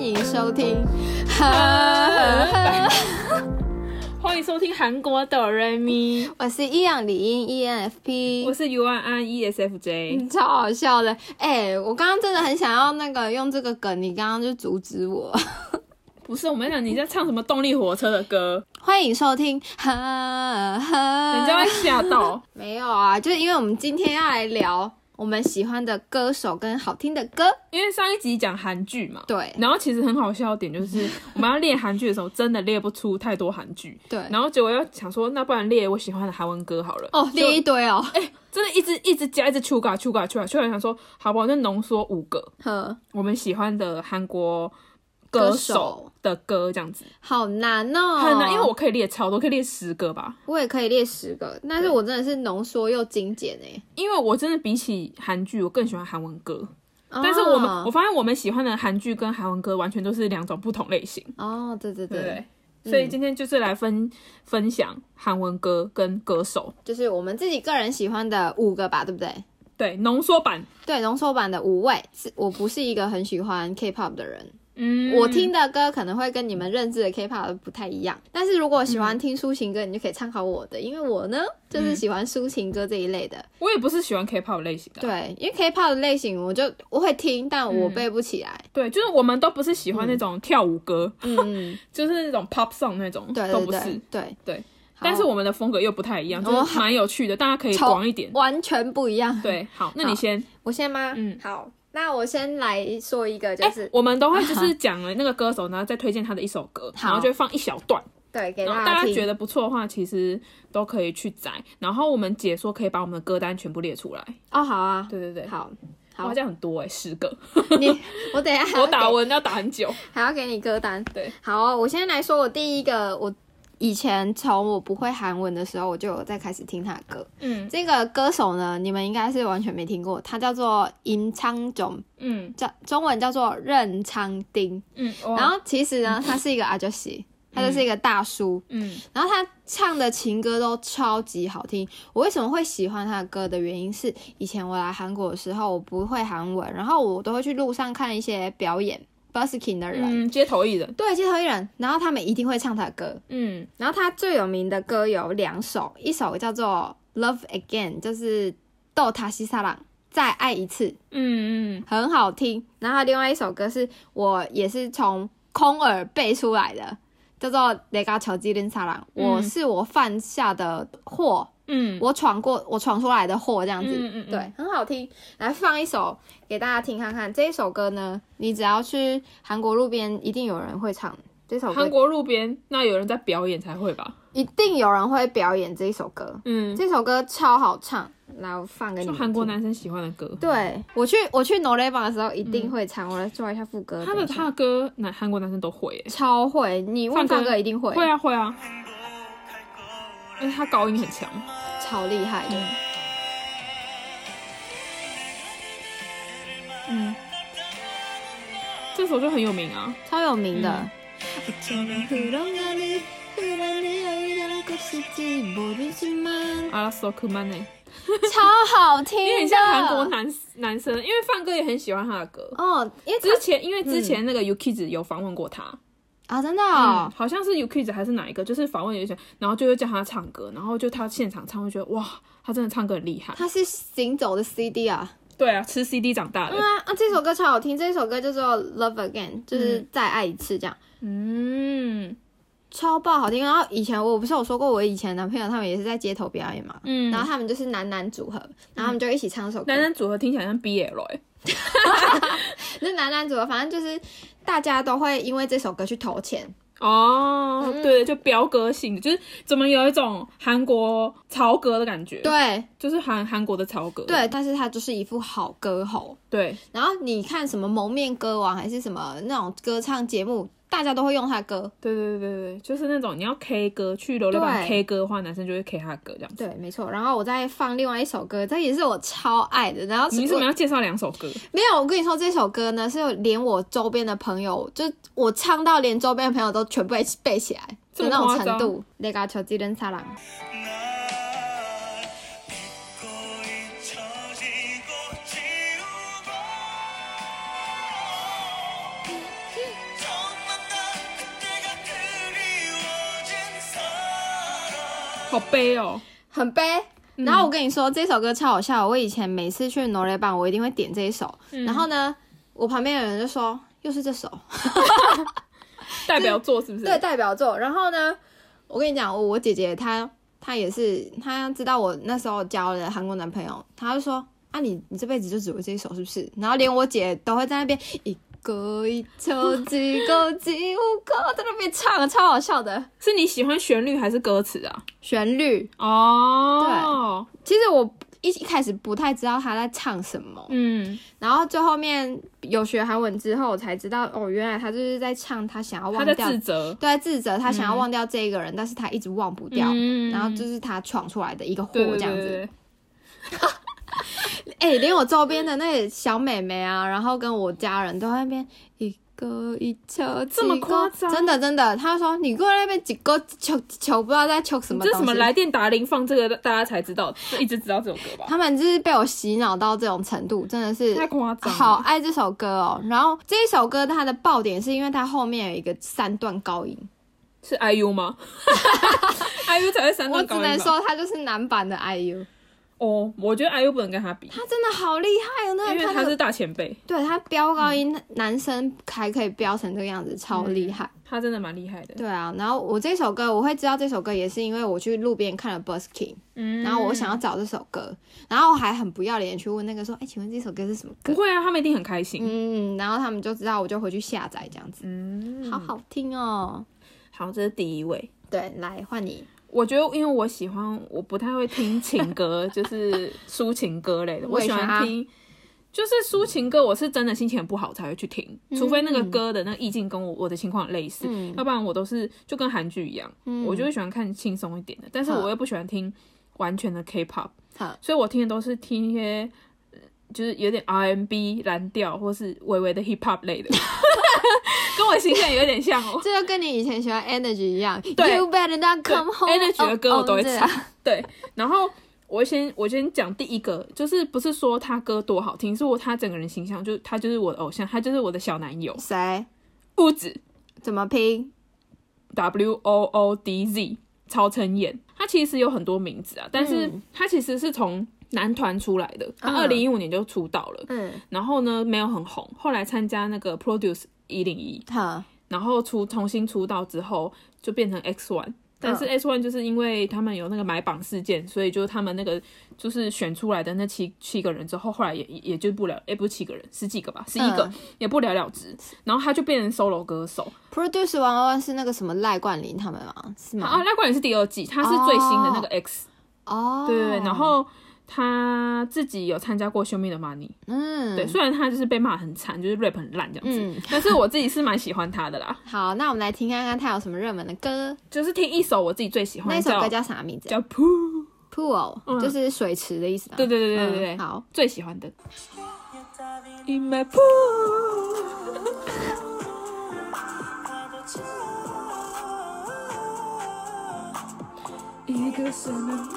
迎收 听。哈，欢迎收听韩国哆瑞咪，我是易阳李英 ENFP，我是 U 安安，E ESFJ。超好笑的。哎、我刚刚真的很想要那个用这个梗，你刚刚就阻止我。 不是，我们讲你在唱什么动力火车的歌，欢迎收听。哈哈，人家会吓到。 没有啊，就是因为我们今天要来聊我们喜欢的歌手跟好听的歌。因为上一集讲韩剧嘛，对然后其实很好笑的 点就是，我们要列韩剧的时候，真的列不出太多韩剧，对，然后结果又想说，那不然列我喜欢的韩文歌好了。哦，列一就堆 哦。真的一直一直加，一直 chuga chuga chuga，突然想说，好吧，我就浓缩五个呵，我们喜欢的韩国歌歌手手的歌，这样子好难哦，很难，因为我可以列超多，可以列十个吧。我也可以列十个，但是对我真的是浓缩又精简哎、因为我真的比起韩剧，我更喜欢韩文歌。但是我们、我哦发现我们喜欢的韩剧跟韩文歌完全都是两种不同类型，哦，对对嗯对对，不对？所以今天就是来分分享韩文歌跟歌手，就是我们自己个人喜欢的五个吧，对不对？对浓缩版。对，浓缩版的五位是我不是一个很喜欢 K-pop 的人，嗯我听的歌可能会跟你们认知的 K-pop 不太一样。但是如果喜欢嗯听抒情歌，你就可以参考我的，因为我呢就是喜欢抒情歌这一类的。我也不是喜欢 K-pop 类型的，啊对，因为 K-pop 的类型，我就我会听，但我背不起来。对，就是我们都不是喜欢那种跳舞歌，嗯，嗯就是那种 pop song 那 种，对都对不对是。对对，好但是我们的风格又不太一样，我就是蛮有趣的，大家可以超广一点。完全不一样。对，好，那你好先。我先吗？嗯好，那我先来说一个，就哎、是、啊我们都会就是讲了那个歌手，然后再推荐他的一首歌，好然后就会放一小段，对给然后大哦大家家听。觉得不错的话，其实都可以去载。然后我们解说可以把我们的歌单全部列出来。哦，好啊，对对对，好哇，好好，像很多哎、十个，你我等一下还要我打给文要打很久。还要给你歌单。对，好哦、我先来说我第一个，我以前从我不会韩文的时候，我就有在开始听他的歌。嗯这个歌手呢，你们应该是完全没听过，他叫做임창정，嗯叫中文叫做任昌丁。嗯，然后其实呢，他是一个阿娇西，他就是一个大叔。嗯然后他唱的情歌都超级好听。我为什么会喜欢他的歌的原因是，以前我来韩国的时候，我不会韩文，然后我都会去路上看一些表演 busking 的人，嗯，街头艺人，对，街头艺人，然后他们一定会唱他的歌。嗯然后他最有名的歌有两首，一首叫做《Love Again》，就是豆塔西萨朗。再爱一次，嗯嗯，很好听。然后另外一首歌是我也是从空耳背出来的，叫做《雷嘎乔基林萨朗》，嗯我是我犯下的祸，嗯，我闯过，我闯出来的祸这样子，嗯嗯嗯对，很好听。来放一首给大家听看看，这一首歌呢，你只要去韩国路边，一定有人会唱这首韩歌，国路边那有人在表演才会吧？一定有人会表演这一首歌，嗯，这首歌超好唱，来我放给你就们听。韩国男生喜欢的歌。对我去我去 No l e b a 的时候一定会唱，我来做一下副歌。他等的一下他的歌，男韩国男生都会耶、超会，你问范哥范哥一定会，会啊会啊，因为他高音很强。超厉害的。嗯，这首就很有名啊。超有名的。嗯阿拉索克曼呢，超好听的，因为很像韩国男男生，因为范哥也很喜欢他的歌。哦，因为之前因为之前那个 Yukiz 有访问过他，啊，真的嗯哦，好像是 Yukiz 还是哪一个，就是访问有一些，然后就会叫他唱歌，然后就他现场唱，会觉得哇，他真的唱歌很厉害。他是行走的 CD 啊，对啊，吃 CD 长大的对。啊，啊，这首歌超好听，这首歌叫做《Love Again》，就是再爱一次这样，嗯超爆好听。然后以前我不是有说过，我以前男朋友他们也是在街头表演嘛，嗯，然后他们就是男男组合，然后他们就一起唱这首歌男，男组合听起来像 BL 哎、就是男男组合，反正就是大家都会因为这首歌去投钱，哦，嗯对，就飙歌性的，就是怎么有一种韩国潮歌的感觉，，对就是韩韩国的潮歌，对，但是他就是一副好歌喉。对，然后你看什么蒙面歌王还是什么那种歌唱节目，大家都会用他的歌。对对对对对，就是那种你要 K 歌去流流版对 K 歌的话，男生就会 K 他的歌这样子。对，没错。然后我再放另外一首歌，这也是我超爱的。然后你为什我么要介绍两首歌？没有，我跟你说这首歌呢，是连我周边的朋友，就我唱到连周边的朋友都全部背背起来这的么那种夸程张度。那个求吉人撒郎， 잊혀지고 지우고 好悲哦。很悲。然后我跟你说，这首歌超好笑。我以前每次去挪雷版，我一定会点这一首。然后呢，我旁边有人就说，又是这首，代表作是不是？对，代表作。然后呢，我跟你讲，我我姐姐她她也是，她知道我那时候交了韩国男朋友，她就说啊你，你这辈子就只会这一首是不是？然后连我姐都会在那边一个一球几个几五个在那边唱，超好笑的是你喜欢旋律还是歌词啊？旋律。哦，其实我一一开始不太知道她在唱什么，对，嗯，然后最后面有学韩文之后，我才知道哦，原来他就是在唱他想要他忘在掉，自责，对，自责他想要忘掉这一个人，但是他一直忘不掉，嗯然后就是他闯出来的一个祸对对这样对子。对哎、连我周边的那些小妹妹啊，然后跟我家人都在那边一个一球，这么几个夸张真的真的，他说你过来那边几个球球，不知道在球什么这东西。什么来电打铃放这个，大家才知道，就一直知道这首歌吧？他们就是被我洗脑到这种程度，真的是太夸张了，好爱这首歌哦。然后这一首歌它的爆点是因为它后面有一个三段高音，是 IU 吗 ？IU 才会三我段只高音吧能说它就是男版的 IU，哦，我觉得 IU 不能跟他比，他真的好厉害哦，那因个为他他的是大前辈，对他飙高音，嗯男生还可以飙成这个样子，超厉害。他真的蛮厉害的。对啊，然后我这首歌我会知道这首歌，也是因为我去路边看了 Busking，、嗯然后我想要找这首歌，然后我还很不要脸去问那个说，哎、请问这首歌是什么歌不？会啊，他们一定很开心。嗯，然后他们就知道，我就回去下载这样子，嗯，好好听哦。好，这是第一位。对，来换你。我觉得，因为我喜欢，我不太会听情歌， 就是抒情歌类的。我为喜啥欢听，就是抒情歌，我是真的心情很不好才会去听，除非那个歌的那个意境跟我我的情况很类似，嗯要不然我都是就跟韩剧一样，我就会喜欢看轻松一点的。但是哼我又不喜欢听完全的 K-pop，好，所以我听的都是听一些。呃就是有点 R&B 蓝调，或是微微的 hip hop 类的， 跟我形象有点像 哦。这就跟你以前喜欢 Energy 一样对，You better not come home。 Energy 的歌我都会哦唱。 对，然后我先我先讲第一个，就是不是说他歌多好听，是我他整个人形象，就是他就是我的偶像，他就是我的小男友，谁？不止怎么拼？ W O O D Z 曹承衍，他其实有很多名字啊，但是嗯他其实是从男团出来的，他二嗯零一五年就出道了，嗯，然后呢没有很红，后来参加那个 Produce 一零一，好，然后出重新出道之后就变成 X One，但嗯是 X One 就是因为他们有那个买榜事件，所以就是他们那个就是选出来的那七七个人之后，后来也也也就不了，也不是七个人，十几个吧，十一个、嗯也不了了之。然后他就变成 solo 歌手 Produce 王 e 是那个什么赖冠霖他们吗？是啊，吗？那管也是第二季，他是最新的那个 X，、哦，对对对，然后。他自己有参加过《秀命的 Money》，嗯，对，虽然他就是被骂很惨，就是 rap 很烂这样子，嗯但是我自己是蛮喜欢他的啦。好，那我们来听看看他有什么热门的歌。就是听一首我自己最喜欢，那首歌叫叫啥名字叫《Poo》。 ？Pool，就是水池的意思吧。对对对对对对，嗯好，最喜欢的。In my pool，一个什么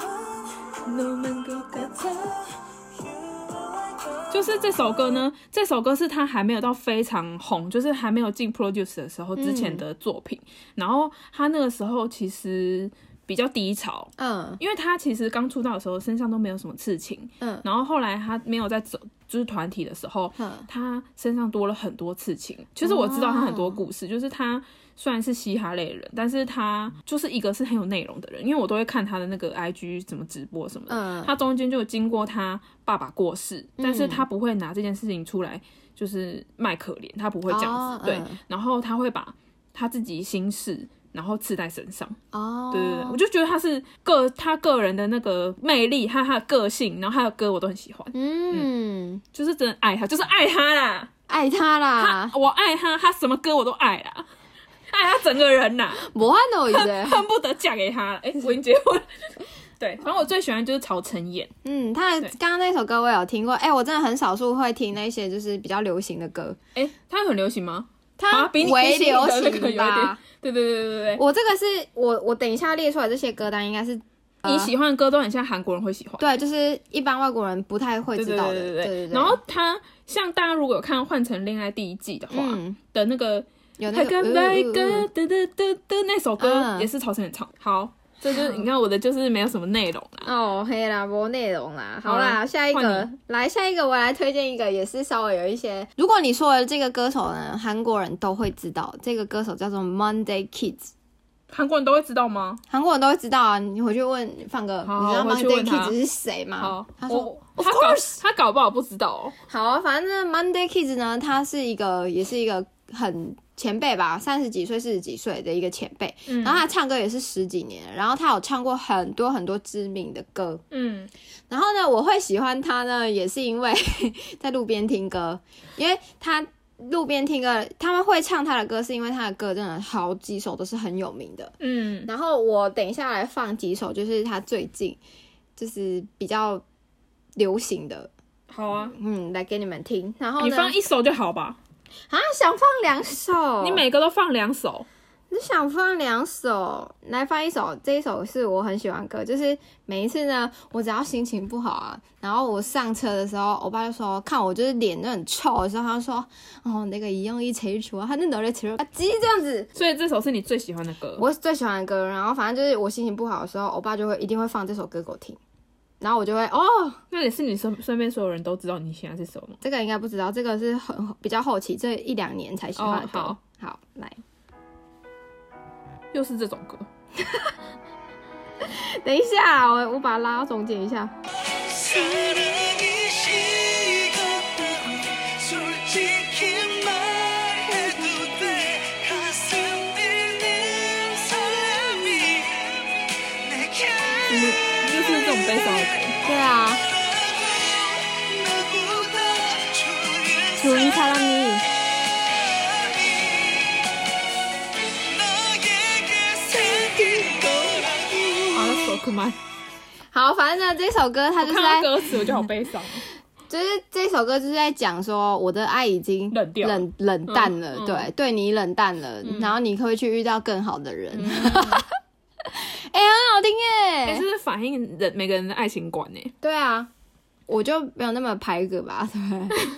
能能够感就是这首歌呢，这首歌是他还没有到非常红，就是还没有进 produce 的时候之前的作品。然后他那个时候其实比较低潮，嗯因为他其实刚出道的时候身上都没有什么刺青，嗯然后后来他没有在走就是团体的时候，嗯他身上多了很多刺青。其实我知道他很多故事，就是他虽然是嘻哈类的人，但是他就是一个是很有内容的人，因为我都会看他的那个 IG 怎么直播什么的。嗯，他中间就有经过他爸爸过世，但是他不会拿这件事情出来就是卖可怜，他不会这样哦子。对嗯，然后他会把他自己心事，然后刺在身上。哦，对对对，我就觉得他是个他个人的那个魅力，还有他的个性，然后他的歌我都很喜欢，嗯，就是真的爱他，就是爱他啦，爱他啦他， 我爱他，他什么歌我都爱啦，爱他整个人啦，我汉的我一直。恨不得嫁给他了。哎、我已经结婚 了。对，反正我最喜欢就是曹承衍，嗯，他的对刚刚那首歌我有听过，哎、我真的很少数会听那些就是比较流行的歌，哎、他很流行吗？他啊比你微比你的流那个有行一吧点。对对对对对对，我这个是我我等一下列出来这些歌单应该是呃你喜欢的歌都很像韩国人会喜欢。对，就是一般外国人不太会对知对道对的，对对对，然后他像大家如果有看《换成恋爱》第一季的话、嗯，的那个有那还个跟呃那呃呃个的的的的那首歌嗯也是曹承衍唱。好，这 就是你看我的就是没有什么内容啦。哦，黑啦，无内容啦。好啊好啦啦，下一个换，来下一个，我来推荐一个，也是稍微有一些。如果你说的这个歌手呢，韩国人都会知道，这个歌手叫做 Monday Kids，韩国人都会知道吗？韩国人都会知道啊。你回去问放个，好你知道我回去问 Monday 他 Kids 是谁吗好？，啊他说我他搞他搞不好不知道哦。好啊，反正 Monday Kids 呢，他是一个，也是一个很前辈吧，三十几岁、四十几岁的一个前辈。嗯然后他唱歌也是十几年了，然后他有唱过很多很多知名的歌。嗯，然后呢，我会喜欢他呢，也是因为 在路边听歌，因为他路边听歌，他们会唱他的歌，是因为他的歌真的好几首都是很有名的。嗯，然后我等一下来放几首，就是他最近就是比较流行的，好啊，嗯，来给你们听。然后你呢，放一首就好吧，啊，想放两首，你每个都放两首。你想放两首，来放一首，这一首是我很喜欢的歌，就是每一次呢，我只要心情不好啊，然后我上车的时候，我爸就说看我就是脸就很臭的时候，他就说哦那个一用一切除啊，他那能力切除啊鸡这样子。所以这首是你最喜欢的歌。我最喜欢的歌，然后反正就是我心情不好的时候，我爸就会一定会放这首歌给我听，然后我就会哦，那也是你身身边所有人都知道你喜欢这首吗？这个应该不知道，这个是很比较后期这一两年才喜欢的歌。哦好，来，又是这种歌，等一下，我我把它拉到中间一下。 사랑이 식었다니 솔직히 말해도 돼 가슴 뛰는 사람이 내게 嗯，就是这种悲伤的歌。对啊， 바라고 나보다 좋은 主音사랑이 사람이 너에게 생긴 거라고 好了，首歌嘛，好，反正呢，这首歌它我就是在，看到歌词我就好悲伤哦。就是这首歌就是在讲说，我的爱已经冷掉了冷冷淡了，嗯嗯嗯对，对你冷淡了，然后你会去遇到更好的 人，哎、哎很好听哎，耶、这是反映人每个人的爱情观欸呢。对啊，我就没有那么排个吧，对，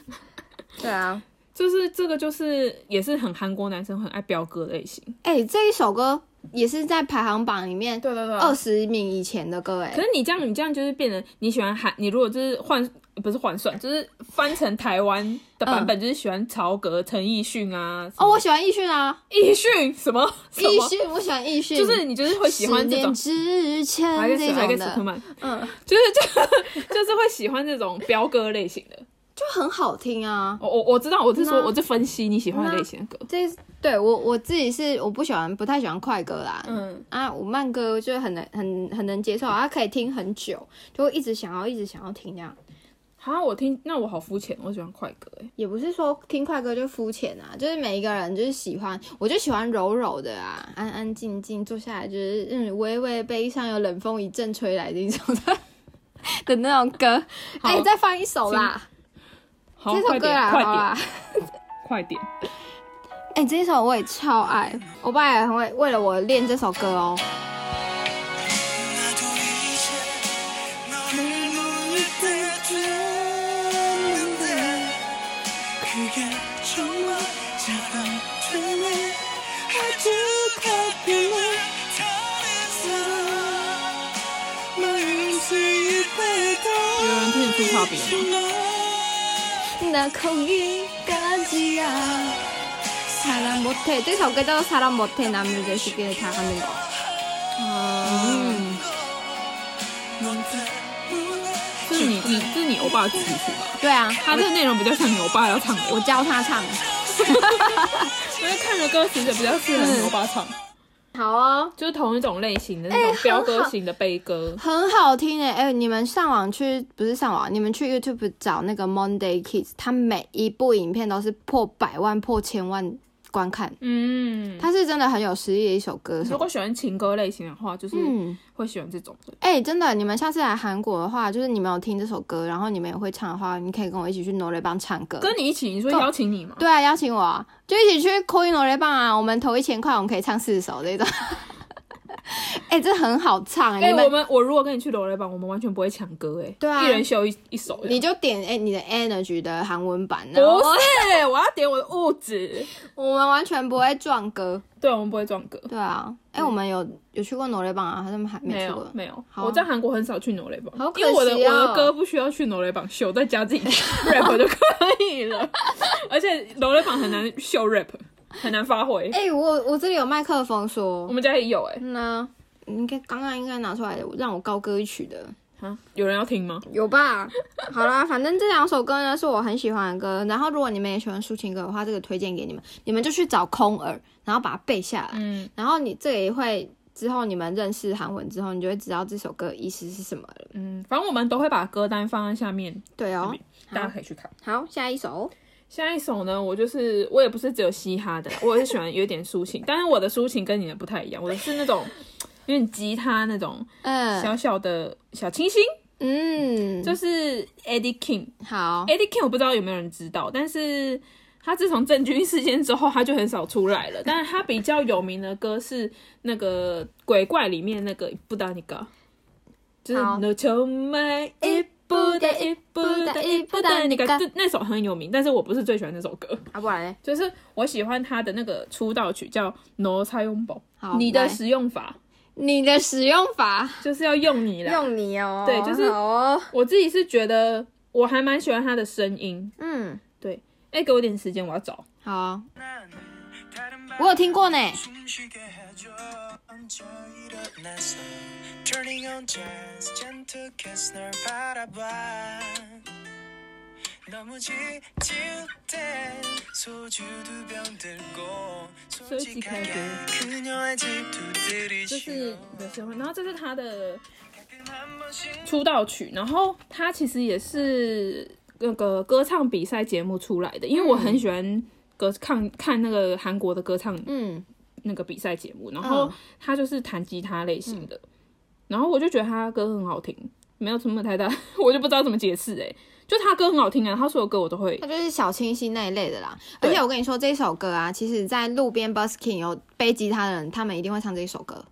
对啊，就是这个，就是也是很韩国男生很爱飙歌类型。哎、这一首歌也是在排行榜里面对对二十名以前的歌、可哎，是你这样，你这样就是变成你喜欢韩，你如果就是换不是换算，就是翻成台湾的版本，就是喜欢曹格、陈奕迅啊。哦，我喜欢易迅啊，奕迅 什么什易么，迅，我喜欢易迅，就是你就是会喜欢这十种年。之还前给这还给种斯的特，曼，嗯，就是就 就是会喜欢这种飙歌类型的。就很好听啊。我我我知道，我是说嗯啊我是分析你喜欢的类型的歌。这对我我自己是我不喜欢，不太喜欢快歌啦。嗯，啊，我慢歌就很能很很能接受，啊，可以听很久，就会一直想要一直想要听这样。好，我听那我好肤浅，我喜欢快歌哎。也不是说听快歌就肤浅啊，就是每一个人就是喜欢，我就喜欢柔柔的啊，安安静静坐下来，就是嗯，微微悲伤，有冷风一阵吹来的那种的的那种歌。好哎、再放一首啦，好，这首快歌点啦，快好啦点。快点，哎、这一首我也超爱，我爸也很会为了我练这首歌哦。 나도 이제 너를 놓을 때 됐는데 그게 정말 잘안되네 아주 가끔은 다른 사람 마음 쓰일 때도 이런 팀 조합이야. 있지만 나 거기까지야 사랑 못해 这首歌叫 사랑 못해 남을 되시길 다 하는 거 넌 때문에 这是你你这是你欧巴的主题曲吧？对啊他这个内容比较像你欧巴要唱的，我教他唱因为看着歌词就比较适合你欧巴唱，好哦嗯就是同一种类型的哎那种飙歌型的悲歌。很好听诶，哎、你们上网去不是上网，你们去 YouTube 找那个 Monday Kids，它每一部影片都是破百万、破千万观看，嗯，它是真的很有实力的一首歌如手。果喜欢情歌类型的话，就是嗯，会喜欢这种的。哎、真的，你们下次来韩国的话，就是你们有听这首歌，然后你们也会唱的话，你可以跟我一起去挪雷邦唱歌。跟你一起，你说邀请你吗？对啊，邀请我啊，就一起去 Coin 罗雷棒啊！我们投一千块，我们可以唱四首这种。 哎、这很好唱哎、哎、你们我们我如果跟你去罗雷版，我们完全不会抢歌哎、对啊一人秀一一首。你就哦点哎、你的 Energy 的韩文版，不然后是，我要点我的物质。我们完全不会撞歌。对，我们不会撞歌。对啊，哎、我们有有去过挪威榜啊，他们还没去有过。没有，好我在韩国很少去挪雷榜，好可因为我的惜哦我的歌不需要去挪雷榜秀，在家自己 rap 就可以 了。而且挪雷榜很难秀 rap，很难发挥。哎、我我这里有麦克风说我，们家也有哎、那你应该刚刚应该拿出来的，让我高歌一曲的，啊，有人要听吗？有吧？好啦， 反正这两首歌呢是我很喜欢的歌，然后如果你们也喜欢抒情歌的话，这个推荐给你们，你们就去找空耳，然后把它背下来，嗯，然后你这个也会之后你们认识韩文之后，你就会知道这首歌的意思是什么了。嗯，反正我们都会把歌单放在下面，对哦，大家可以去看。好，下一首，下一首呢，我就是我也不是只有嘻哈的啦，我也是喜欢有点抒情， 但是我的抒情跟你的不太一样，我的是那种有点吉他那种嗯呃小小的小清新，嗯，就是哎 Eddie King。好， Eddie King 我不知道有没有人知道，但是他自从郑钧事件之后，他就很少出来了。但是他比较有名的歌是那个《鬼怪》里面那个《布达尼嘎》，就是好 No 求买一布达一布达一布达尼嘎，就那首很有名，但是我不是最喜欢那首歌，啊不然嘞，就是我喜欢他的那个出道曲叫《No 差用宝好》，你的来使用法你的使用法。就是要用你啦。用你哦，啊对就是好哦，我自己是觉得我还蛮喜欢他的声音，嗯，对，哎、给我点时间，我要找。好啊、我有听过呢。 솔직하게这是你的社会，然后这是他的出道曲，然后他其实也是那个歌唱比赛节目出来的，因为我很喜欢歌看看那个韩国的歌唱嗯，那个比赛节目，然后嗯他就是弹吉他类型的，然后我就觉得他歌很好听，没有什么太大， 我就不知道怎么解释哎、就他歌很好听啊，他所有歌我都会它就是小清新那一类的啦。而对且我跟你说，这首歌啊，其实在路边 busking 有背吉他的人，他们一定会唱这一首歌。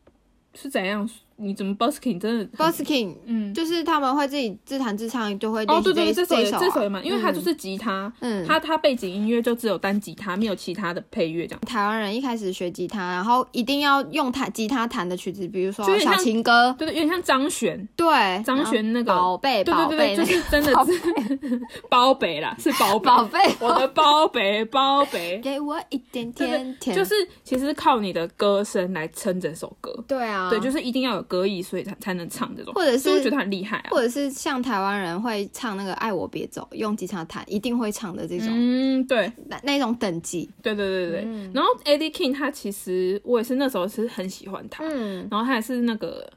是怎样？你怎么 busking 真的 busking 嗯就是他们会自己自弹自唱，就会哦练习对对，对这这首也首啊这首也蛮，因为他嗯就是吉他。嗯，他他背景音乐就只有单吉他，没有其他的配乐这样。台湾人一开始学吉他，然后一定要用弹吉他弹的曲子，比如说就有点小像情歌，对对，有点像张悬，对，张悬那个然后宝贝对宝对对贝对，就那个是真的是 包北啦，是包北， 宝贝，我的包北包北，给我一点对甜对，甜，就是其实是靠你的歌声来撑整首歌，对啊，对，就是一定要有歌艺，所以才才能唱这种，或者所以我是觉得他很厉害啊或。者是像台湾人会唱那个《爱我别走》，用吉他弹，一定会唱的这种、嗯，对那那种等级。对对对对，嗯对然后 Eddie King 他其实我也是那时候是很喜欢他，嗯，然后他也是那个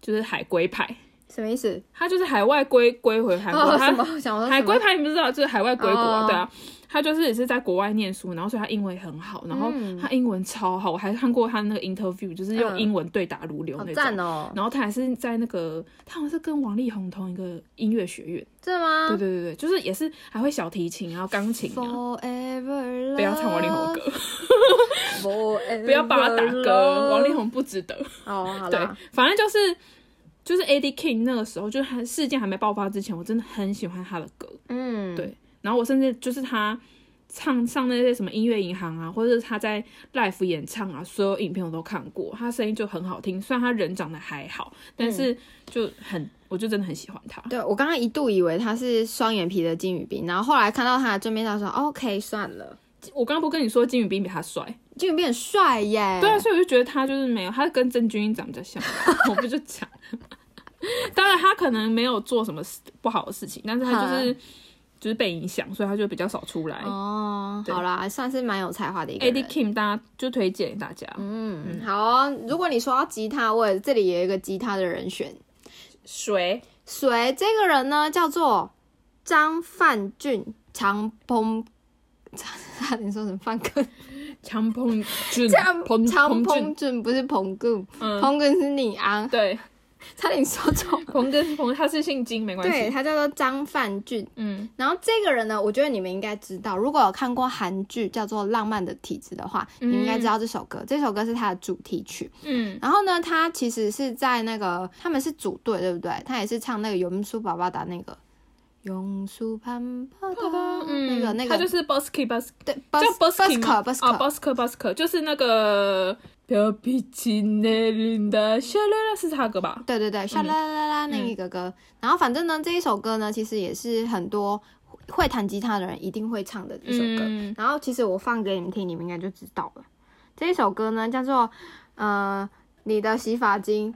就是海归派，什么意思？他就是海外归归回韩国，哦，他什么？想说海什么归派你不知道，就是海外归国啊，哦对啊。他就是也是在国外念书，然后所以他英文也很好，然后嗯他英文超好，我还看过他那个 interview，就是用嗯英文对答如流好那赞种。哦！然后他还是在那个，他好像是跟王力宏同一个音乐学院，真的吗？对对对对，就是也是还会小提琴，然后钢琴啊。 Forever love，不要唱王力宏的 歌， Forever 不要帮他打 love 歌，王力宏不值得。哦，好对啦，，反正就是就是 AD King 那个时候，就是他事件还没爆发之前，我真的很喜欢他的歌。嗯，对然后我甚至就是他唱上那些什么音乐银行啊，或者是他在 live 演唱啊，所有影片我都看过，他声音就很好听。虽然他人长得还好，但是就很，我就真的很喜欢他。对我刚刚一度以为他是双眼皮的金宇彬，然后后来看到他的正面照说，OK，算了，我刚刚不跟你说金宇彬比他帅？金宇彬很帅耶。对啊，所以我就觉得他就是没有，他跟郑钧英长得比较像，啊 我不就讲。当然，他可能没有做什么不好的事情，但是他就是就是被影响，所以他就比较少出来。哦，对好啦，算是蛮有才华的一个 AD 人。 Kim，大家就推荐给大家，嗯，好哦、如果你说到吉他，我也这里也有一个吉他的人选。谁、谁这个人呢？叫做张范俊长鹏， 差点说成范哥，强鹏俊、长彭长彭俊鹏俊不是鹏哥，嗯，鹏哥是李安。对，差点说 错。冯跟冯他是姓金，没关对系。他叫做张范俊，嗯，然后这个人呢，我觉得你们应该知道，如果有看过韩剧叫做《浪漫的体质》的话，你们应该知道这首歌。这首歌是他的主题曲。嗯然后呢，他其实是在那个他们是组队，对不对？他也是唱那个《永苏爸爸》的那个《永苏潘爸爸》那个那个嗯他就是 Bosky Bos，对叫 Bosky Busker 吗啊 Busker ，Bosker Bosker，就是那个表皮青内林的夏啦啦是他歌吧？对对对，沙啦啦啦那一个歌。然后反正呢，这一首歌呢，其实也是很多会弹吉他的人一定会唱的一首歌。嗯然后其实我放给你们听，你们应该就知道了。这一首歌呢，叫做呃，你的洗发精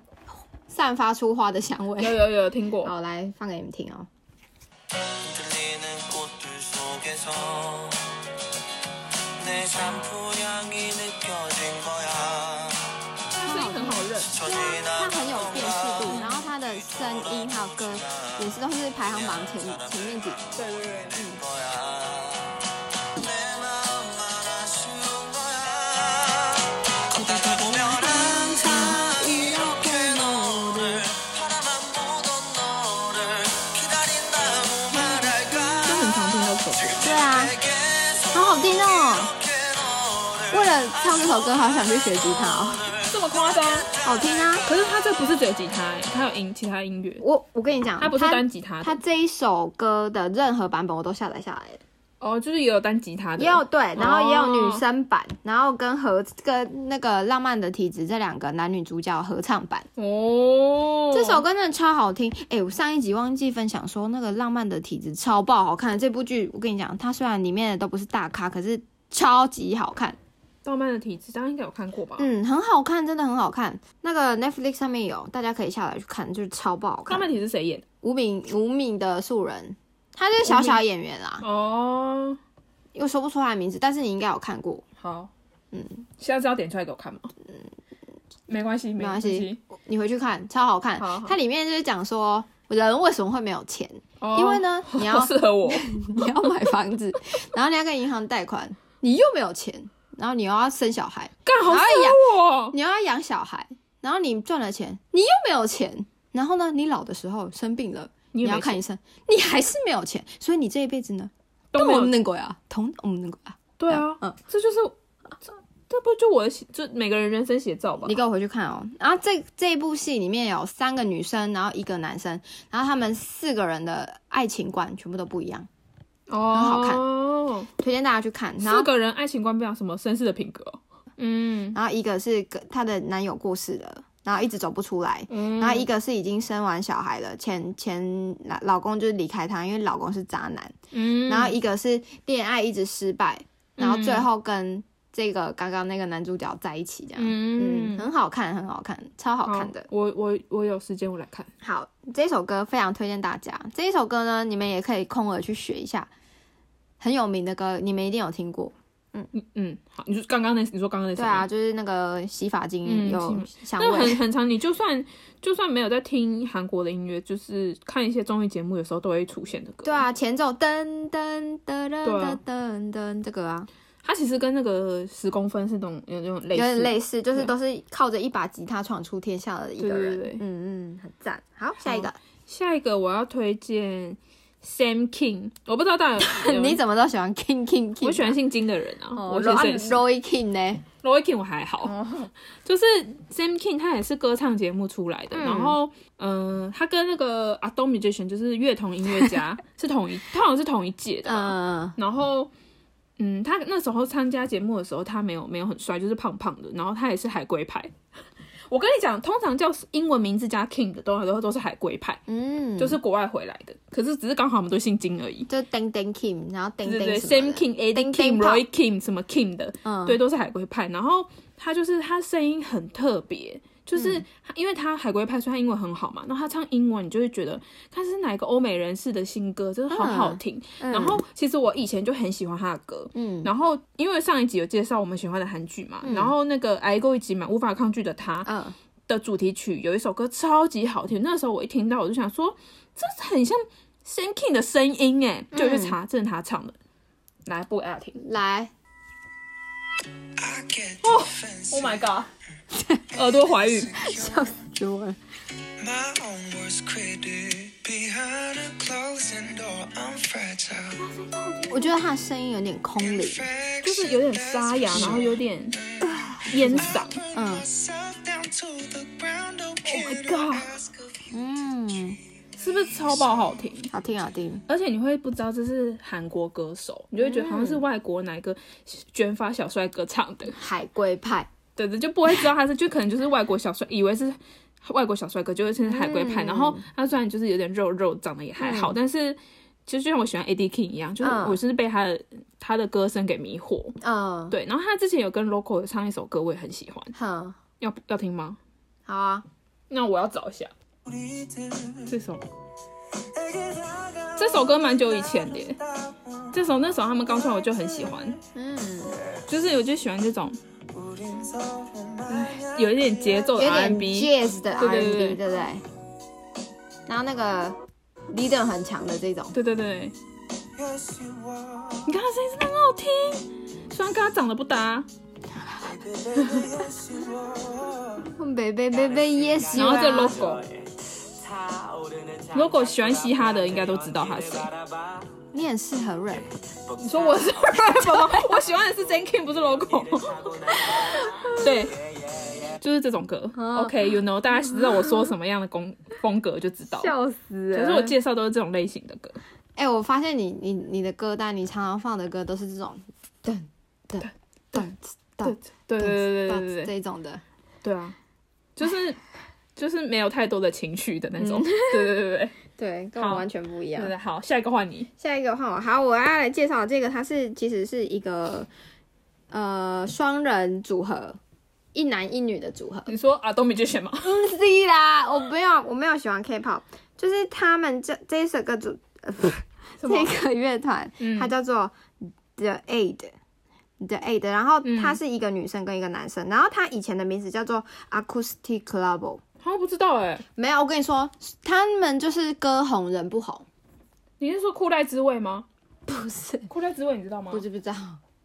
散发出花的香有味。有有听过，好，来放给你们听哦。 흔들리는 꽃들 속에서 내 샴푸 향이 느껴진 거야 他声音很好认。对啊，它很有辨识度，然后它的声音还有歌也是都是排行榜前前面几。对对对，嗯， 거야 내 마음만 아쉬운 거야 걷다 보면 항상 이렇게 너를 바라만 보던 너를 기다린다고 말할까 他很常听到这首歌。对啊，好好听哦。为了唱这首歌，好想去学吉他哦，这么夸张？好听啊。可是他这不是只有吉他，他有音其他音乐，我我跟你讲，他不是单吉他他的，这一首歌的任何版本我都下载下来了，哦，就是也有单吉他的，也有对，然后也哦有女生版，然后跟合跟那个浪漫的体质这两个男女主角合唱版，哦，这首歌真的超好听。哎、我上一集忘记分享说那个浪漫的体质超爆好看，这部剧我跟你讲，它虽然里面的都不是大咖，可是超级好看，动漫的体质，大家应该有看过吧？嗯，很好看，真的很好看。那个 Netflix 上面有，大家可以下来去看，就是超爆好动看漫。体质谁演？无名无名的素人，他就是小小演员啦。哦，又说不出来名字，但是你应该有看过。好，嗯，下次要点出来给我看吗？没关系，没嗯关系系。你回去看，超好看。好好它里面就是讲说人为什么会没有钱，哦因为呢，你要好适 合我，你要买房子，然后你要跟银行贷款，你又没有钱，然后你又要生小孩，干好适合我。你又要养小孩，然后你赚了钱，你又没有钱，然后呢，你老的时候生病了，你你也没要看医生，你还是没有钱，所以你这一辈子呢，都没有我们能过呀，同我们能过呀。对啊，嗯这就是这这不就我的写这每个人人生写照吧你？给我回去看哦。然后这这一部戏里面有三个女生，然后一个男生，然后他们四个人的爱情观全部都不一样，哦，好看推荐大家去看。然四后个人爱情观不一样，什么绅士的品格哦？嗯然后一个是跟她的男友过世了，然后一直走不出来。嗯然后一个是已经生完小孩了，前前老老公就是离开她，因为老公是渣男。嗯然后一个是恋爱一直失败，然后最后跟这个刚刚那个男主角在一起，这样，嗯，嗯很好看，很好看，超好看的。我我我有时间我来看。好，这首歌非常推荐大家。这一首歌呢，你们也可以空耳去学一下，很有名的歌，你们一定有听过。嗯，好，你就刚刚那你说刚刚那首对啊，就是那个洗发精嗯有香那味。很很常，你就算就算没有在听韩国的音乐，就是看一些综艺节目，有时候都会出现的歌。对，啊，前奏噔噔噔噔对噔啊噔噔，这个啊，它其实跟那个十公分是那种有那种类有似，点类似，就是对都是靠着一把吉他闯出天下的一个对对人对。嗯嗯，很赞。好，下一个，下一个我要推荐 Sam King，我不知道大家 有有你怎么哦都喜欢 King King King？我喜欢姓金的人啊，我先生也是。 Roy King 呢？ Roy King 我还好，哦就是 Sam King 他也是歌唱节目出来的，嗯然后嗯、呃他跟那个 Adon Musician 就是乐童音乐 家是同一，他好像是同一届的吧，嗯，然后。嗯，他那时候参加节目的时候，他没有没有很帅，就是胖胖的。然后他也是海归派。 我跟你讲，通常叫英文名字加 King 的，都都都是海归派，嗯，就是国外回来的。可是只是刚好我们都姓金而已。就叮叮 Kim，然后叮对叮对对什么的，Sam King、Eddie 叮叮 Kim、炮 Roy Kim 什么 Kim 的，嗯对，都是海归派。然后他就是他声音很特别，就是嗯他因为他海归派，所以他英文很好嘛。然后他唱英文，你就会觉得他是哪个欧美人士的新歌，真的好好听。然后其实我以前就很喜欢他的歌，嗯然后因为上一集有介绍我们喜欢的韩剧嘛，然后那个《挨过一集》嘛，《无法抗拒的他》嗯，的主题曲有一首歌超级好听，那时候我一听到我就想说，这很像 Sam King 的声音哎，就我去查，这是他唱的。来播给大家听来， I get 어. ，Oh my god，耳朵怀孕，笑死我了。 My own worst critic behind a closing door. I'm fragile. 我觉得他的声音有点空灵，就是有点沙哑，然后有点烟嗓。嗯 Myself down to the ground. Don't care to 哦 God. ask of you. 嗯，是不是超爆好听？好听好听，而且你会不知道这是韩国歌手，你就会觉得好像是外国哪个卷发小帅哥唱的，海龟派，对对，就不会知道他是，就可能就是外国小帅，以为是外国小帅哥，就会是海龟派。嗯然后他虽然就是有点肉肉，长得也还好，但是就就像我喜欢 AD King 一样，就是嗯我是被他的、他的歌声给迷惑。嗯，对，然后他之前有跟 Local 有唱一首歌，我也很喜欢，哼，要要听吗？好啊，那我要找一下 우리들에게 这首， 다가온 这首歌蛮久以前的耶，这首那时候他们刚出来我就很喜欢，嗯，就是我就喜欢这种 우린 서로 마냥 有一点节奏有的点 R&B， jazz 的对对 R&B，对对对不对？然后那个 leader 很强的这种，对对对， Yes, you are. 你看他声音真的很好听，虽然跟他长得不搭。 Baby, baby, yes, you are. 嗯贝贝贝贝 yes 然 you 后这 are， logo，如果喜欢嘻哈的应该都知道他是谁。你很适合 rap，哦你说 我是 rap 吗？我喜欢的是 J King，不是 logo。对， 就是这种歌。OK，you、know，大家知道我说什么样的风风格就知道。死可是我介绍都是这种类型的歌。哎、我发现你你你的歌单，你常常放的歌都是这种噔噔噔对噔对对对对噔对对这种的，对啊，就是就是没有太多的情绪的那种。 对对对对对对，跟好我完全不一样对。对。好，下一个换你。下一个换我，好，我要来介绍这个，它是其实是一个呃双人组合，一男一女的组合。你说啊，东北就选吗？是啦，我没有我没有喜欢 K-pop，就是他们这这一首歌组 什 么？这个乐团，嗯它叫做 The Aid。The Aid，然后嗯他是一个女生跟一个男生，然后他以前的名字叫做 Acoustic Club。好像不知道哎、没有，我跟你说，他们就是歌红人不红，你是说酷赖之味吗？不是，酷赖之味你知道吗？不知不知道，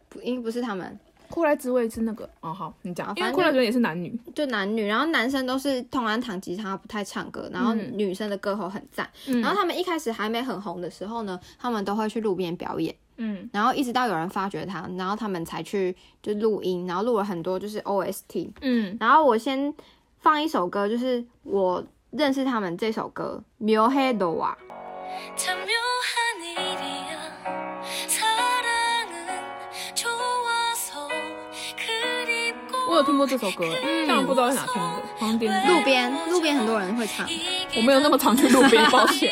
不，应该不是他们，酷赖之味是那个哦，好，你讲哦，因为反正酷赖之味也是男女，就男女，然后男生都是通常弹吉他不太唱歌，然后嗯女生的歌喉很赞，嗯然后他们一开始还没很红的时候呢，他们都会去路边表演。嗯然后一直到有人发掘他，然后他们才去就录音，然后录了很多就是 OST。嗯然后我先放一首歌，就是我认识他们这首歌《묘해도와》， 참 묘한 일이야 사랑은 좋아서 그립고 我有听过这首歌，但我不知道在哪听的，好像电路边路边很多人会唱。我没有那么常去路边，抱歉。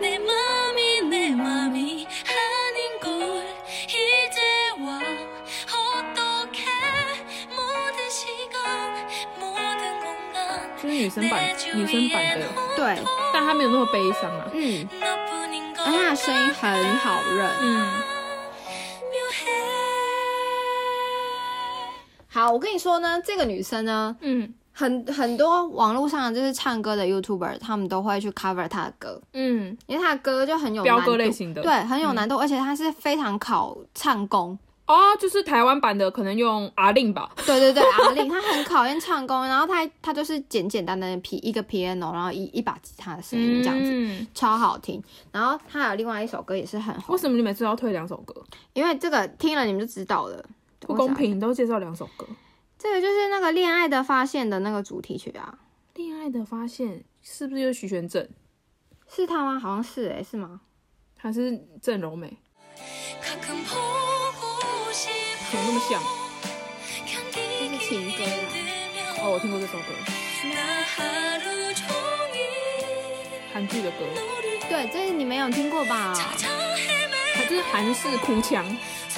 내 맘이 내 맘이 아닌걸 이제와 어떻게 모든 시간 모든 공간 就是女生版 내 女生版 주위엔 的，对，但她没有那么悲伤啊。嗯， 너뿐인 걸 而且他的声音很好认。嗯， 묘해 好，我跟你说呢，这个女生呢，嗯很很多网络上就是唱歌的 YouTuber，他们都会去 cover 她的歌，嗯，因为她的歌就很有飙难歌类度型的嗯对，很有难度，而且她是非常考唱功。哦，就是台湾版的，可能用阿令吧。对对对，阿令他很考验唱功，然后他他就是简简单单的 P 一个 piano，然后一一把吉他的声音这样子，嗯超好听。然后他还有另外一首歌也是很红为，什么你每次要推两首歌？因为这个听了你们就知道了，不公我想。平，你都介绍两首歌。这个就是那个恋爱的发现的那个主题曲啊，恋爱的发现是不是就是徐玄正？是他吗？好像是诶、是吗？还是郑柔美？ 가끔 보고 怎么那么 싶어 像？ 견디기 진짜야. 힘들면 哦，我听过这首歌， 나 하루 종일 韩剧的歌， 너를 对，这你没有听过吧？ 찾아 헤매 它哦就是韩式哭腔，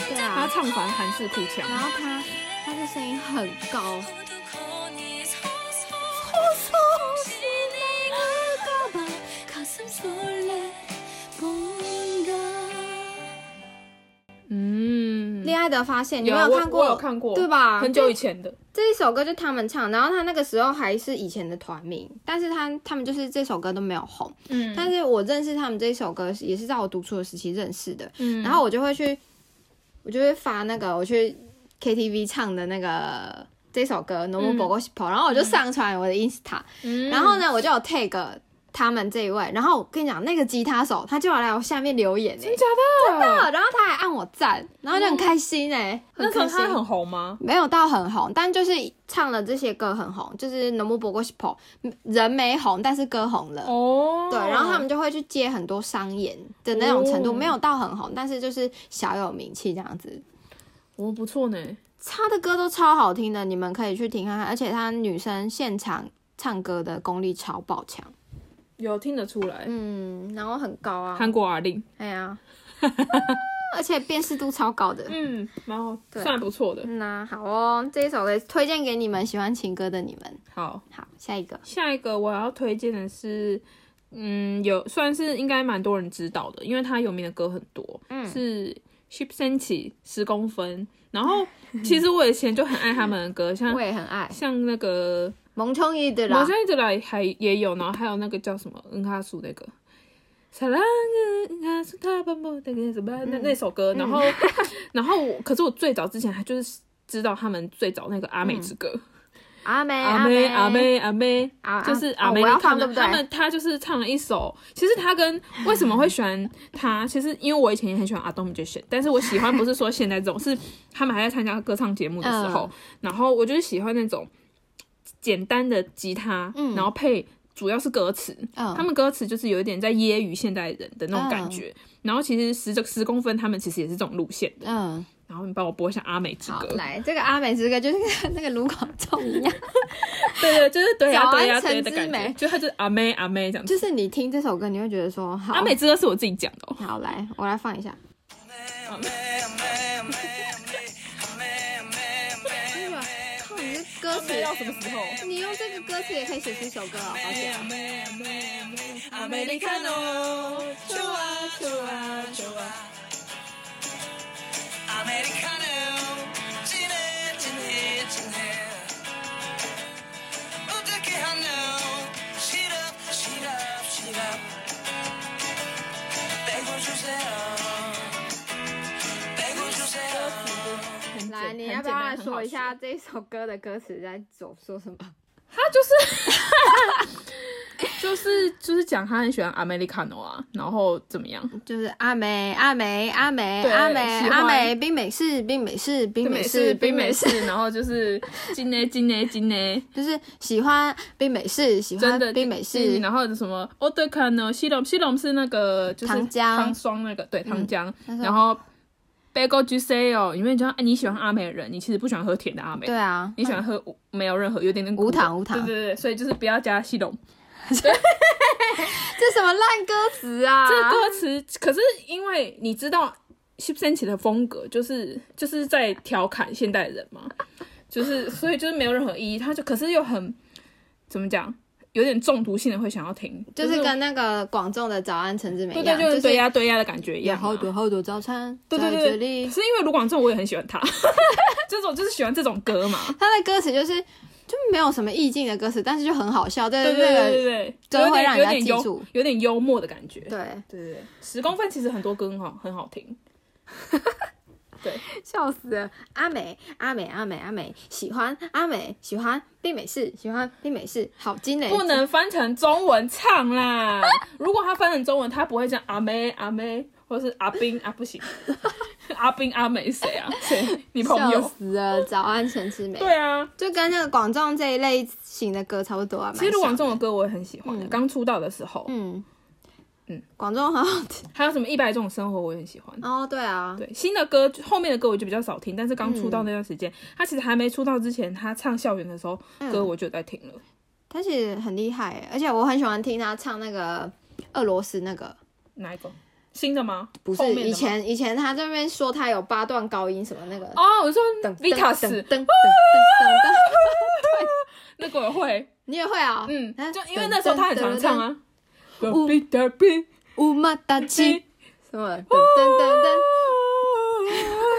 对他啊，唱反韩式哭腔然。后他他的声音很高， 어두컴이 어. 서서 혹시 네가 가봐 가슴 설레 뭔가 嗯，恋爱的发现你有没我看我过？有看过，对吧？很久以前的，这一首歌就他们唱，然后他那个时候还是以前的团名，但是他他们就是这首歌都没有红，嗯但是我认识他们这一首歌也是在我读书的时期认识的，嗯然后我就会去，我就会发那个我去 KTV 唱的那个这首歌《No 嗯 More b o g o s h i p o 然后我就上传我的 Insta，、然后呢，我就有 tag 他们这一位，然后我跟你讲，那个吉他手他就来我下面留言哎、真假的？真啊然后他还按我赞，然后就很开心哎、那时候开心他很红吗？没有到很红，但就是唱了这些歌很红，就是《No More b o g o s h i p o 人没红，但是歌红了。哦，对，然后他们就会去接很多商演的那种程度，哦没有到很红，但是就是小有名气这样子。哦不错呢，他的歌都超好听的，你们可以去听看啊看。而且他女生现场唱歌的功力超爆强，有听得出来。嗯，然后很高啊，韩国阿令，哎呀，而且辨识度超高的。嗯，蛮好，对啊算不错的。嗯呐、好哦，这一首也推荐给你们喜欢情歌的你们。好，好，下一个，下一个我要推荐的是，嗯，有算是应该蛮多人知道的，因为他有名的歌很多，嗯、是 Ship Senchi 十公分。然后其实我以前就很爱他们的歌， 像我也很爱像那个蒙冲一的我啦现，在一直来还也有，然后还有那个叫什么恩哈苏那个。嗯사랑은가수다반복되게해서막嗯那那首歌，然后 然后我，可是我最早之前还就是知道他们最早那个阿美之歌，嗯阿妹阿妹妹阿妹阿妹啊啊，就是啊阿妹我要他放对们不对他们他就是唱了一首，其实他跟为什么会喜欢他， 其实因为我以前也很喜欢阿东 m u 但是我喜欢不是说现在这种，是他们还在参加歌唱节目的时候嗯，然后我就是喜欢那种简单的吉他，然后配主要是歌词，嗯他们歌词就是有一点在揶揄现代人的那种感觉，然后其实十这十公分他们其实也是这种路线的，嗯，然后你帮我播一下阿美之好 歌，，来这个阿美之歌就是跟那个卢广仲一样，对对，就是对呀早安对呀对陈的之感觉美，就他就是阿妹阿妹这样子。就是你听这首歌，你会觉得说好，阿美之歌是我自己讲的、哦，好来，我来放一下，靠，你这歌词到什么时候？你用这个歌词也可以写出一首歌啊，好险！来，你要不要来说一下？这首歌的歌词在说说什么？他就是， 就是就是讲他很喜欢 Americano 啊，然后怎么样？就是阿美，阿美，阿美，对阿美，喜欢阿美，冰美式，冰美式，冰美式，冰美式，式，然 后就是金呢金呢金呢，就是喜欢冰美式，喜真欢的啊冰美金式。然后什么 o d e c a n o 西龙西龙是那个就是糖浆嗯糖霜那个对糖浆，那是然后 Bagel Juice 哦，因为你知道哎你喜欢阿美的人，你其实不喜欢喝甜的阿美，对啊，你喜欢喝无没有任何有点点苦的无糖无糖对对对，所以就是不要加西龙。这什么烂歌词啊？这个歌词可是因为你知道 s h i p s e n c h 的风格就是就是在调侃现代人嘛，就是所以就是没有任何意义，他就可是又很怎么讲，有点中毒性的会想要听， 就是跟那个广众的《早安陈志美》对一对样，对就是对呀对呀的感觉一有样啊、好多好多早餐对在对这对里对，可。是因为卢广仲我也很喜 欢他，就是我就是喜欢这种歌嘛，他的歌词就是就没有什么意境的歌词，但是就很好笑，对对对对对对就对，有会点让有人家点记幽住有点幽默的感觉，对 对，对对，十公分其实很多歌很好很好听，对，笑死了！阿美阿美阿美阿美，喜欢阿美喜欢冰美式，喜欢冰美式，好惊人！不能翻成中文唱啦。 如果他翻成中文，他不会讲阿妹阿妹，或是阿冰啊，不 行，阿冰阿美谁啊？谁？你朋笑友？死了！早安陈志美，对啊，就跟那个广众这一类型的歌差不多啊。其实卢蛮像广仲的歌我也很喜欢的，刚出道的时候，嗯嗯广众很好听还有什么一百种生活我也很喜欢。哦，对啊，对新的歌，后面的歌我就比较少听，但是刚出道那段时嗯间，他其实还没出道之前，他唱校园的时候，歌我就有在听了。他其实很厉害耶，而且我很喜欢听他唱那个俄罗斯那个。哪一个？新的吗？不后是面的吗以前以前他这边说他有八段高音什么那个哦，我说噔噔噔噔 Vitas 噔噔噔噔，那个我会，你也会啊？嗯，啊就因为那时候他很常唱。啊。噔乌马达 奇什么噔噔噔噔，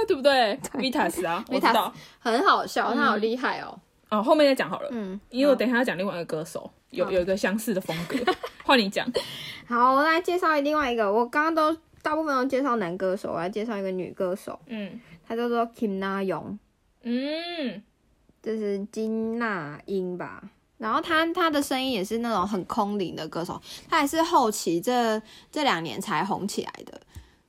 对不对？Vitas 啊，我知道。很好笑，嗯他好厉害哦。哦，后面再讲好了。嗯，因为我等一下要讲另外一个歌手，有有一个相似的风格， 换你讲。好，我来介绍另外一个，我刚刚都大部分都介绍男歌手，我来介绍一个女歌手，嗯她叫做 Kim Na Young。嗯，就是金娜英吧。然后她她的声音也是那种很空灵的歌手，她也是后期这这两年才红起来的。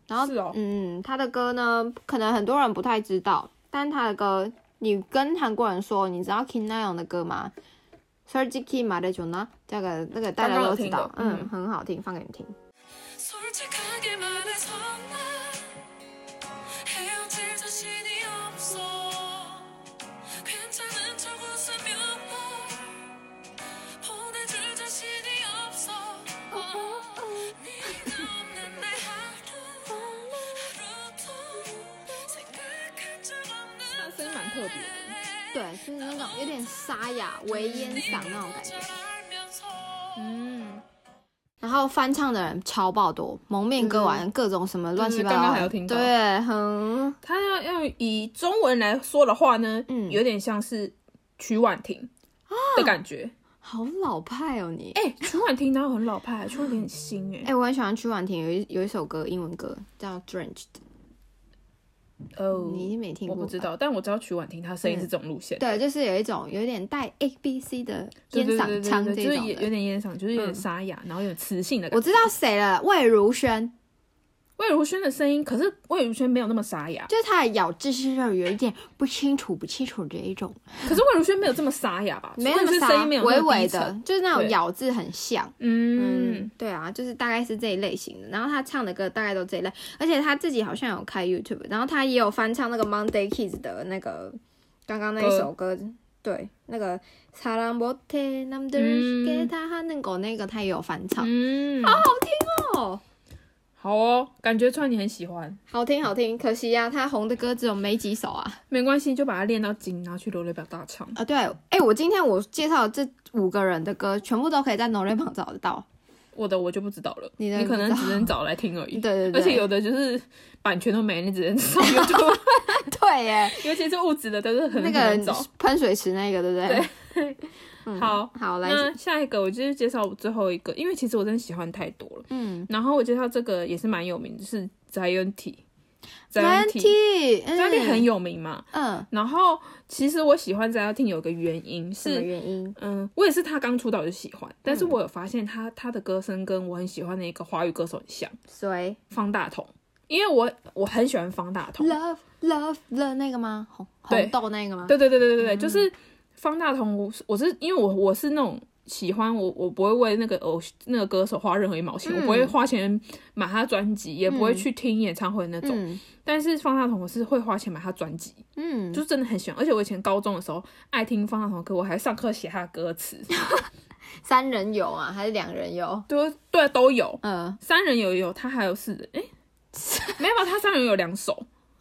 然后是哦嗯，她的歌呢，可能很多人不太知道，但她的歌，你跟韩国人说，你知道 Kim Na Young 的歌吗？솔직히말해줘나这个那个大家刚刚都有知听的道，嗯，嗯很好听，放给你听。 솔직하게 말해서 난 헤어질 자신이 없어 괜찮은 척 웃으며 널 보내줄 자신이 없어 네가 없는 내 하루 하루도 생각한 적 她 없는 声音蛮特别的，对，是那种有点沙哑、微烟嗓那种感觉。 알면서 嗯，然后翻唱的人超爆多，蒙面歌王各种什么乱七八糟的，对对刚刚还有听到对，很她要要以中文来说的话呢，嗯啊有点像是曲婉婷的感觉。好老派哦你。哎、曲婉婷哪有很 老派？曲婉婷很新哎、哎、我很喜欢曲婉婷，有一有一首歌，英文歌叫《Drenched 哦》，，你一定没听我过吧？嗯不知道，但我知道曲婉婷她声音是这种路线，对，就是有一种有点带 A B C 的对烟对嗓对对腔对这就是种有有的。点烟嗓，就是嗯有点沙哑，然后有点磁性的感我觉。知道谁了，魏如萱，魏如萱的声音，可是魏如萱没有那么沙哑，就是她的咬字是那种有一点不清楚、不清楚的一种，可是魏如萱没有这么沙哑吧？没有魏如萱啥声音没有那微么微低的沉，就是那种对咬字很像。嗯嗯，，对啊，就是大概是这一类型的。然后他唱的歌大概都这一类，而且他自己好像有开 YouTube，然后他也有翻唱那个 Monday Kids 的那个刚刚那一首歌，对，那个사랑못해남들시게다하는거那个他也有翻唱，嗯，哦，好哦，感觉川你很喜欢，好听好听。可惜呀、啊，他红的歌只有没几首啊。没关系，就把它练到精，然后去罗列表大唱。啊，对，哎，我今天我介绍的这五个人的歌，全部都可以在 n o r e 榜找得到。我的我就不知道了，你的你可能不知道只能找来听而已。对对 对，而且有的就是版权都没，你只能上 YouTube，对耶，尤其是物质的，都是很那很个难找。喷水池那个，对不对？对嗯好好来，那下一个我就是介绍我最后一个，因为其实我真的喜欢太多了。嗯然后我介绍这个也是蛮有名的，是 Zion T。 ，Twenty， Zion T 很有名嘛。嗯，然后其实我喜欢 Zion T 有个原因什么是，原因？嗯嗯，我也是他刚出道就喜欢，但是我有发现他他的歌声跟我很喜欢的一个华语歌手很像，谁方大同。因为我我很喜欢方大同， ？Love Love Love 那个吗？红对红豆那个吗？对对对对对嗯对，就是方大同，我是我是因为我我是那种喜欢我我不会为那个偶那个歌手花任何一毛钱，嗯我不会花钱买他专辑，也不会嗯去听演唱会那种。嗯但是方大同我是会花钱买他专辑，嗯，就真的很喜欢。而且我以前高中的时候爱听方大同的歌，我还上课写他的歌词，三人游啊，还是两人游？对对都有。嗯，三人有有，他还有四人， 哎、没有吧，他三人有两首，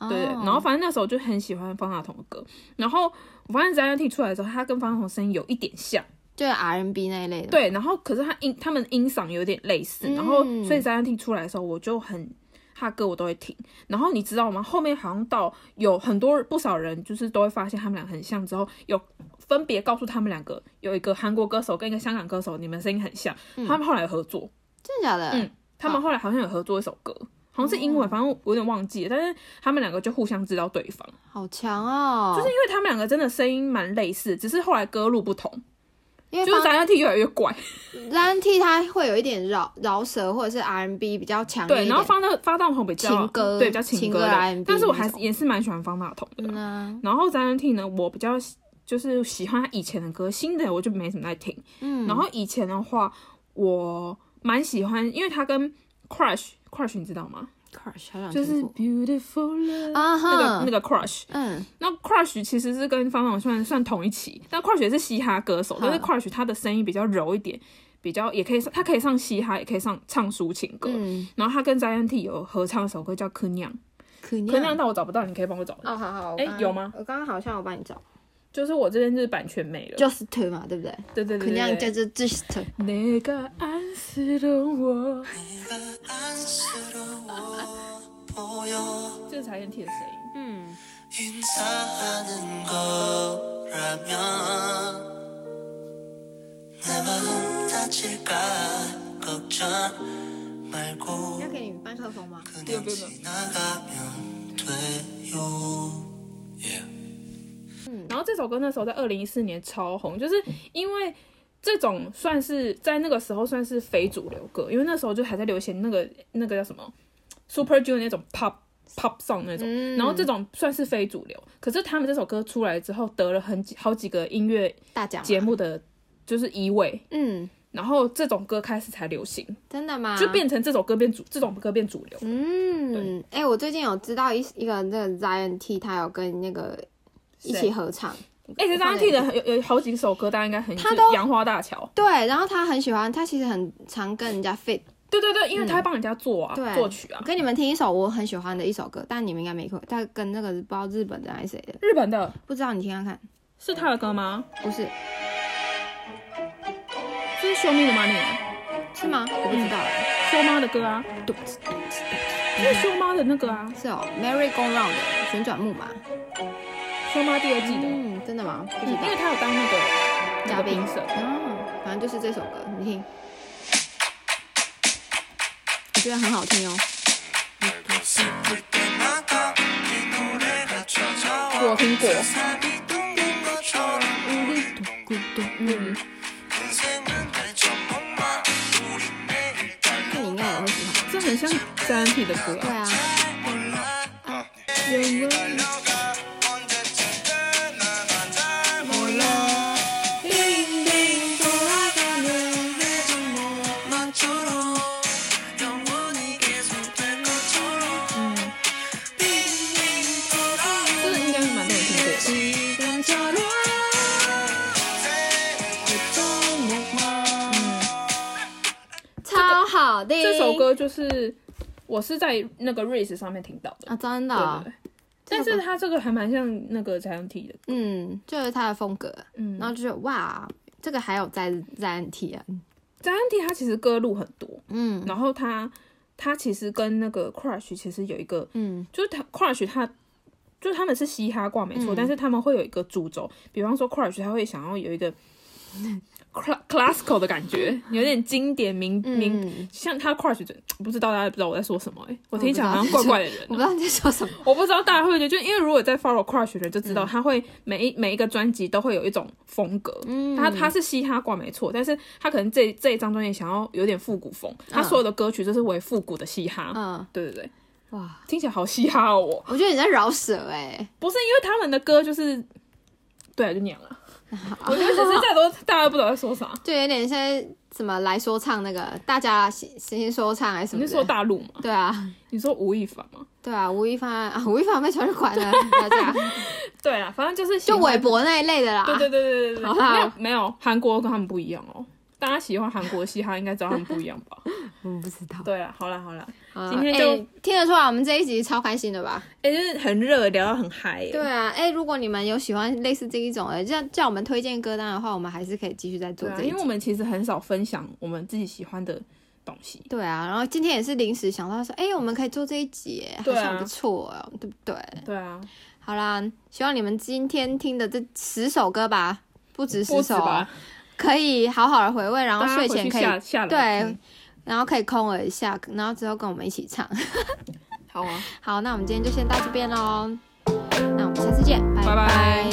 对，哦然后反正那时候就很喜欢方大同的歌，然后我发现 z i o T 出来的时候，他跟方大同声音有一点像，就是 R&B 那一类的。，对，然后可是他音他们音嗓有点类似，然后嗯所以 z i o T 出来的时候，我就很他的歌我都会听，然后你知道吗？后面好像到有很多不少人就是都会发现他们俩很像之后，有分别告诉他们两个有一个韩国歌手跟一个香港歌手，你们声音很像，嗯他们后来有合作，真的假的？嗯他们后来好像有合作一首歌，好像是英文，反正我有点忘记了。但是他们两个就互相知道对方，好强哦！就是因为他们两个真的声音蛮类似，只是后来歌路不同，因为就是 z 方 i T 越来越怪。三 T 它会有一点饶饶舌或者是 R&B 比较强烈对，一点。然后方大方大同比较情歌对比较情情歌的 R&B，但是我还那是种也是蛮喜欢方大同的嗯啦。啊，然后 z i T 呢，我比较喜就是喜欢他以前的歌，新的我就没怎么在听。嗯，然后以前的话，我蛮喜欢，因为他跟 Crush Crush 你知道吗？ Crush 好像就是啊听过 Beautiful 啊 Love 那哈个那个 Crush。嗯那 Crush 其实是跟方大同算算同一期，但 Crush 也是嘻哈歌手，但是 Crush 他的声音比较柔一点，比较也可以上，他可以上嘻哈，也可以上唱抒情歌。嗯，然后他跟 Zion T 有合唱一首歌叫《柯酿》，可柯酿但我找不到，你可以帮我找。哦，好好，我哎刚刚有吗我刚刚好像有帮你找就是我这边就是版权没了， ，Just Two 嘛，对不对？对对对可能对叫对。做 Just Two。 내가안쓰러워 네가 안쓰러워 그 보여 这是 Zion T 的声音。嗯， 인사하는 거라면 내 마음 다칠까 걱정 말고 要给你麦克风吗？ 그냥 지나가면 돼요 嗯然后这首歌那时候在二零一四年超红，就是因为这种算是在那个时候算是非主流歌，因为那时候就还在流行那个那个叫什么 Super Junior 那种 pop pop song 那种，嗯然后这种算是非主流。可是他们这首歌出来之后，得了很几好几个音乐大奖嘛啊节，目的就是一位，嗯，然后这种歌开始才流行，真的吗？就变成这首歌变主这种歌变主流。嗯，哎、我最近有知道一一个那个 Zion T，他有跟那个一起合唱，哎、这张 T 的有有好几首歌，大家应该很他都杨花大桥。对，然后他很喜欢，他其实很常跟人家 fit。对对对，因为他会帮人家做啊，嗯对作曲啊，跟你们听一首我很喜欢的一首歌，但你们应该没听过，他跟那个不知道日本的还是谁的，日本的不知道你听看看，是他的歌吗？不是这是 Show Me the Money 啊，是吗？我不知道哎、修妈的歌啊，肚子肚子这是修妈的那个啊，是哦，Merry Go Round 的旋转木马，修妈第二季的，嗯，真的吗？不知因为道，他有当那个那嘉个宾评审，嗯，反正就是这首歌，你听，我觉得很好听哦。 알고 싶을 때마다 이 노래가 찾아와 우와, 그니까. 세상이 둥근 것처럼 우리 굿도 嗯， 인생은 달처먹마 우리 매일 那你应该也会喜欢。这很像张 T 的歌对啊，啊， 잘 몰라 어, 달려가 언제쯤 떠나나 잘 몰라 빙빙 돌아가는 해전 모만처럼 영원히 계속될 것처럼 嗯， 빙빙 돌아오는 这应该是蛮多人听过的。 지금처럼 새해도 목마 超好的这首歌就是我是在那个 Race 上面听到的，啊，真的对哦、对对。但这首是歌他这个还蛮像那个张 T 的，嗯，就是他的风格，嗯，然后就是哇，这个还有在在 NT 啊，张 T 他其实歌路很多，嗯然后他他其实跟那个 Crush 其实有一个，嗯就是他 Crush 他就是他们是嘻哈挂没错，嗯但是他们会有一个主轴，比方说 Crush 他会想要有 一个 cla- classical 的感觉，有点经典名名。嗯，像他 crush 就不知道大家不知道我在说什么哎、我不听起来知道好像怪怪的人哦我不知道你在说什么，我不知道大家会不会觉得，就因为如果在 follow crush 的人就知道，他会每一每一个专辑都会有一种风格。 嗯他他是嘻哈挂没错，但是他可能这这一张专辑想要有点复古风，他所有的歌曲就是为复古的嘻哈。嗯对对对，哇，听起来好嘻哈哦！我我觉得你在饶舌哎、不是因为他们的歌就是，对啊，就那样 了。我觉得只是再多，大家都不知道在说啥。就有点像什么来说唱那个大家新新说唱还是什你么是说的，大陆吗？ 对啊你说吴亦凡吗？对啊，吴亦凡啊吴亦凡被传入馆 了，大家对啊，反正就是喜就欢韦。伯那一类的啦，对对对对对对，啊好没有啦没有，韩国跟他们不一样哦。大家喜欢韩国嘻哈，应该知道他们不一样吧？ 我不知道，对了，好了好了，啊今天就哎听得出来我们这一集超开心的吧？哎、就是很热，聊到很嗨、耶。对啊，哎、如果你们有喜欢类似这一种的，叫叫我们推荐歌单的话，我们还是可以继续再做对啊，这一因为种。我们其实很少分享我们自己喜欢的东西。对啊，然后今天也是临时想到说，哎、我们可以做这一集耶，好对啊像不错哦、对不对？对啊，好啦，希望你们今天听的这十首歌吧，不止不十止首哦吧，？可以好好的回味，然后大家睡回前去可下以下来对听，，然后可以空耳一下，然后之后跟我们一起唱。好啊。好，那我们今天就先到这边喽，那我们下次见，拜拜拜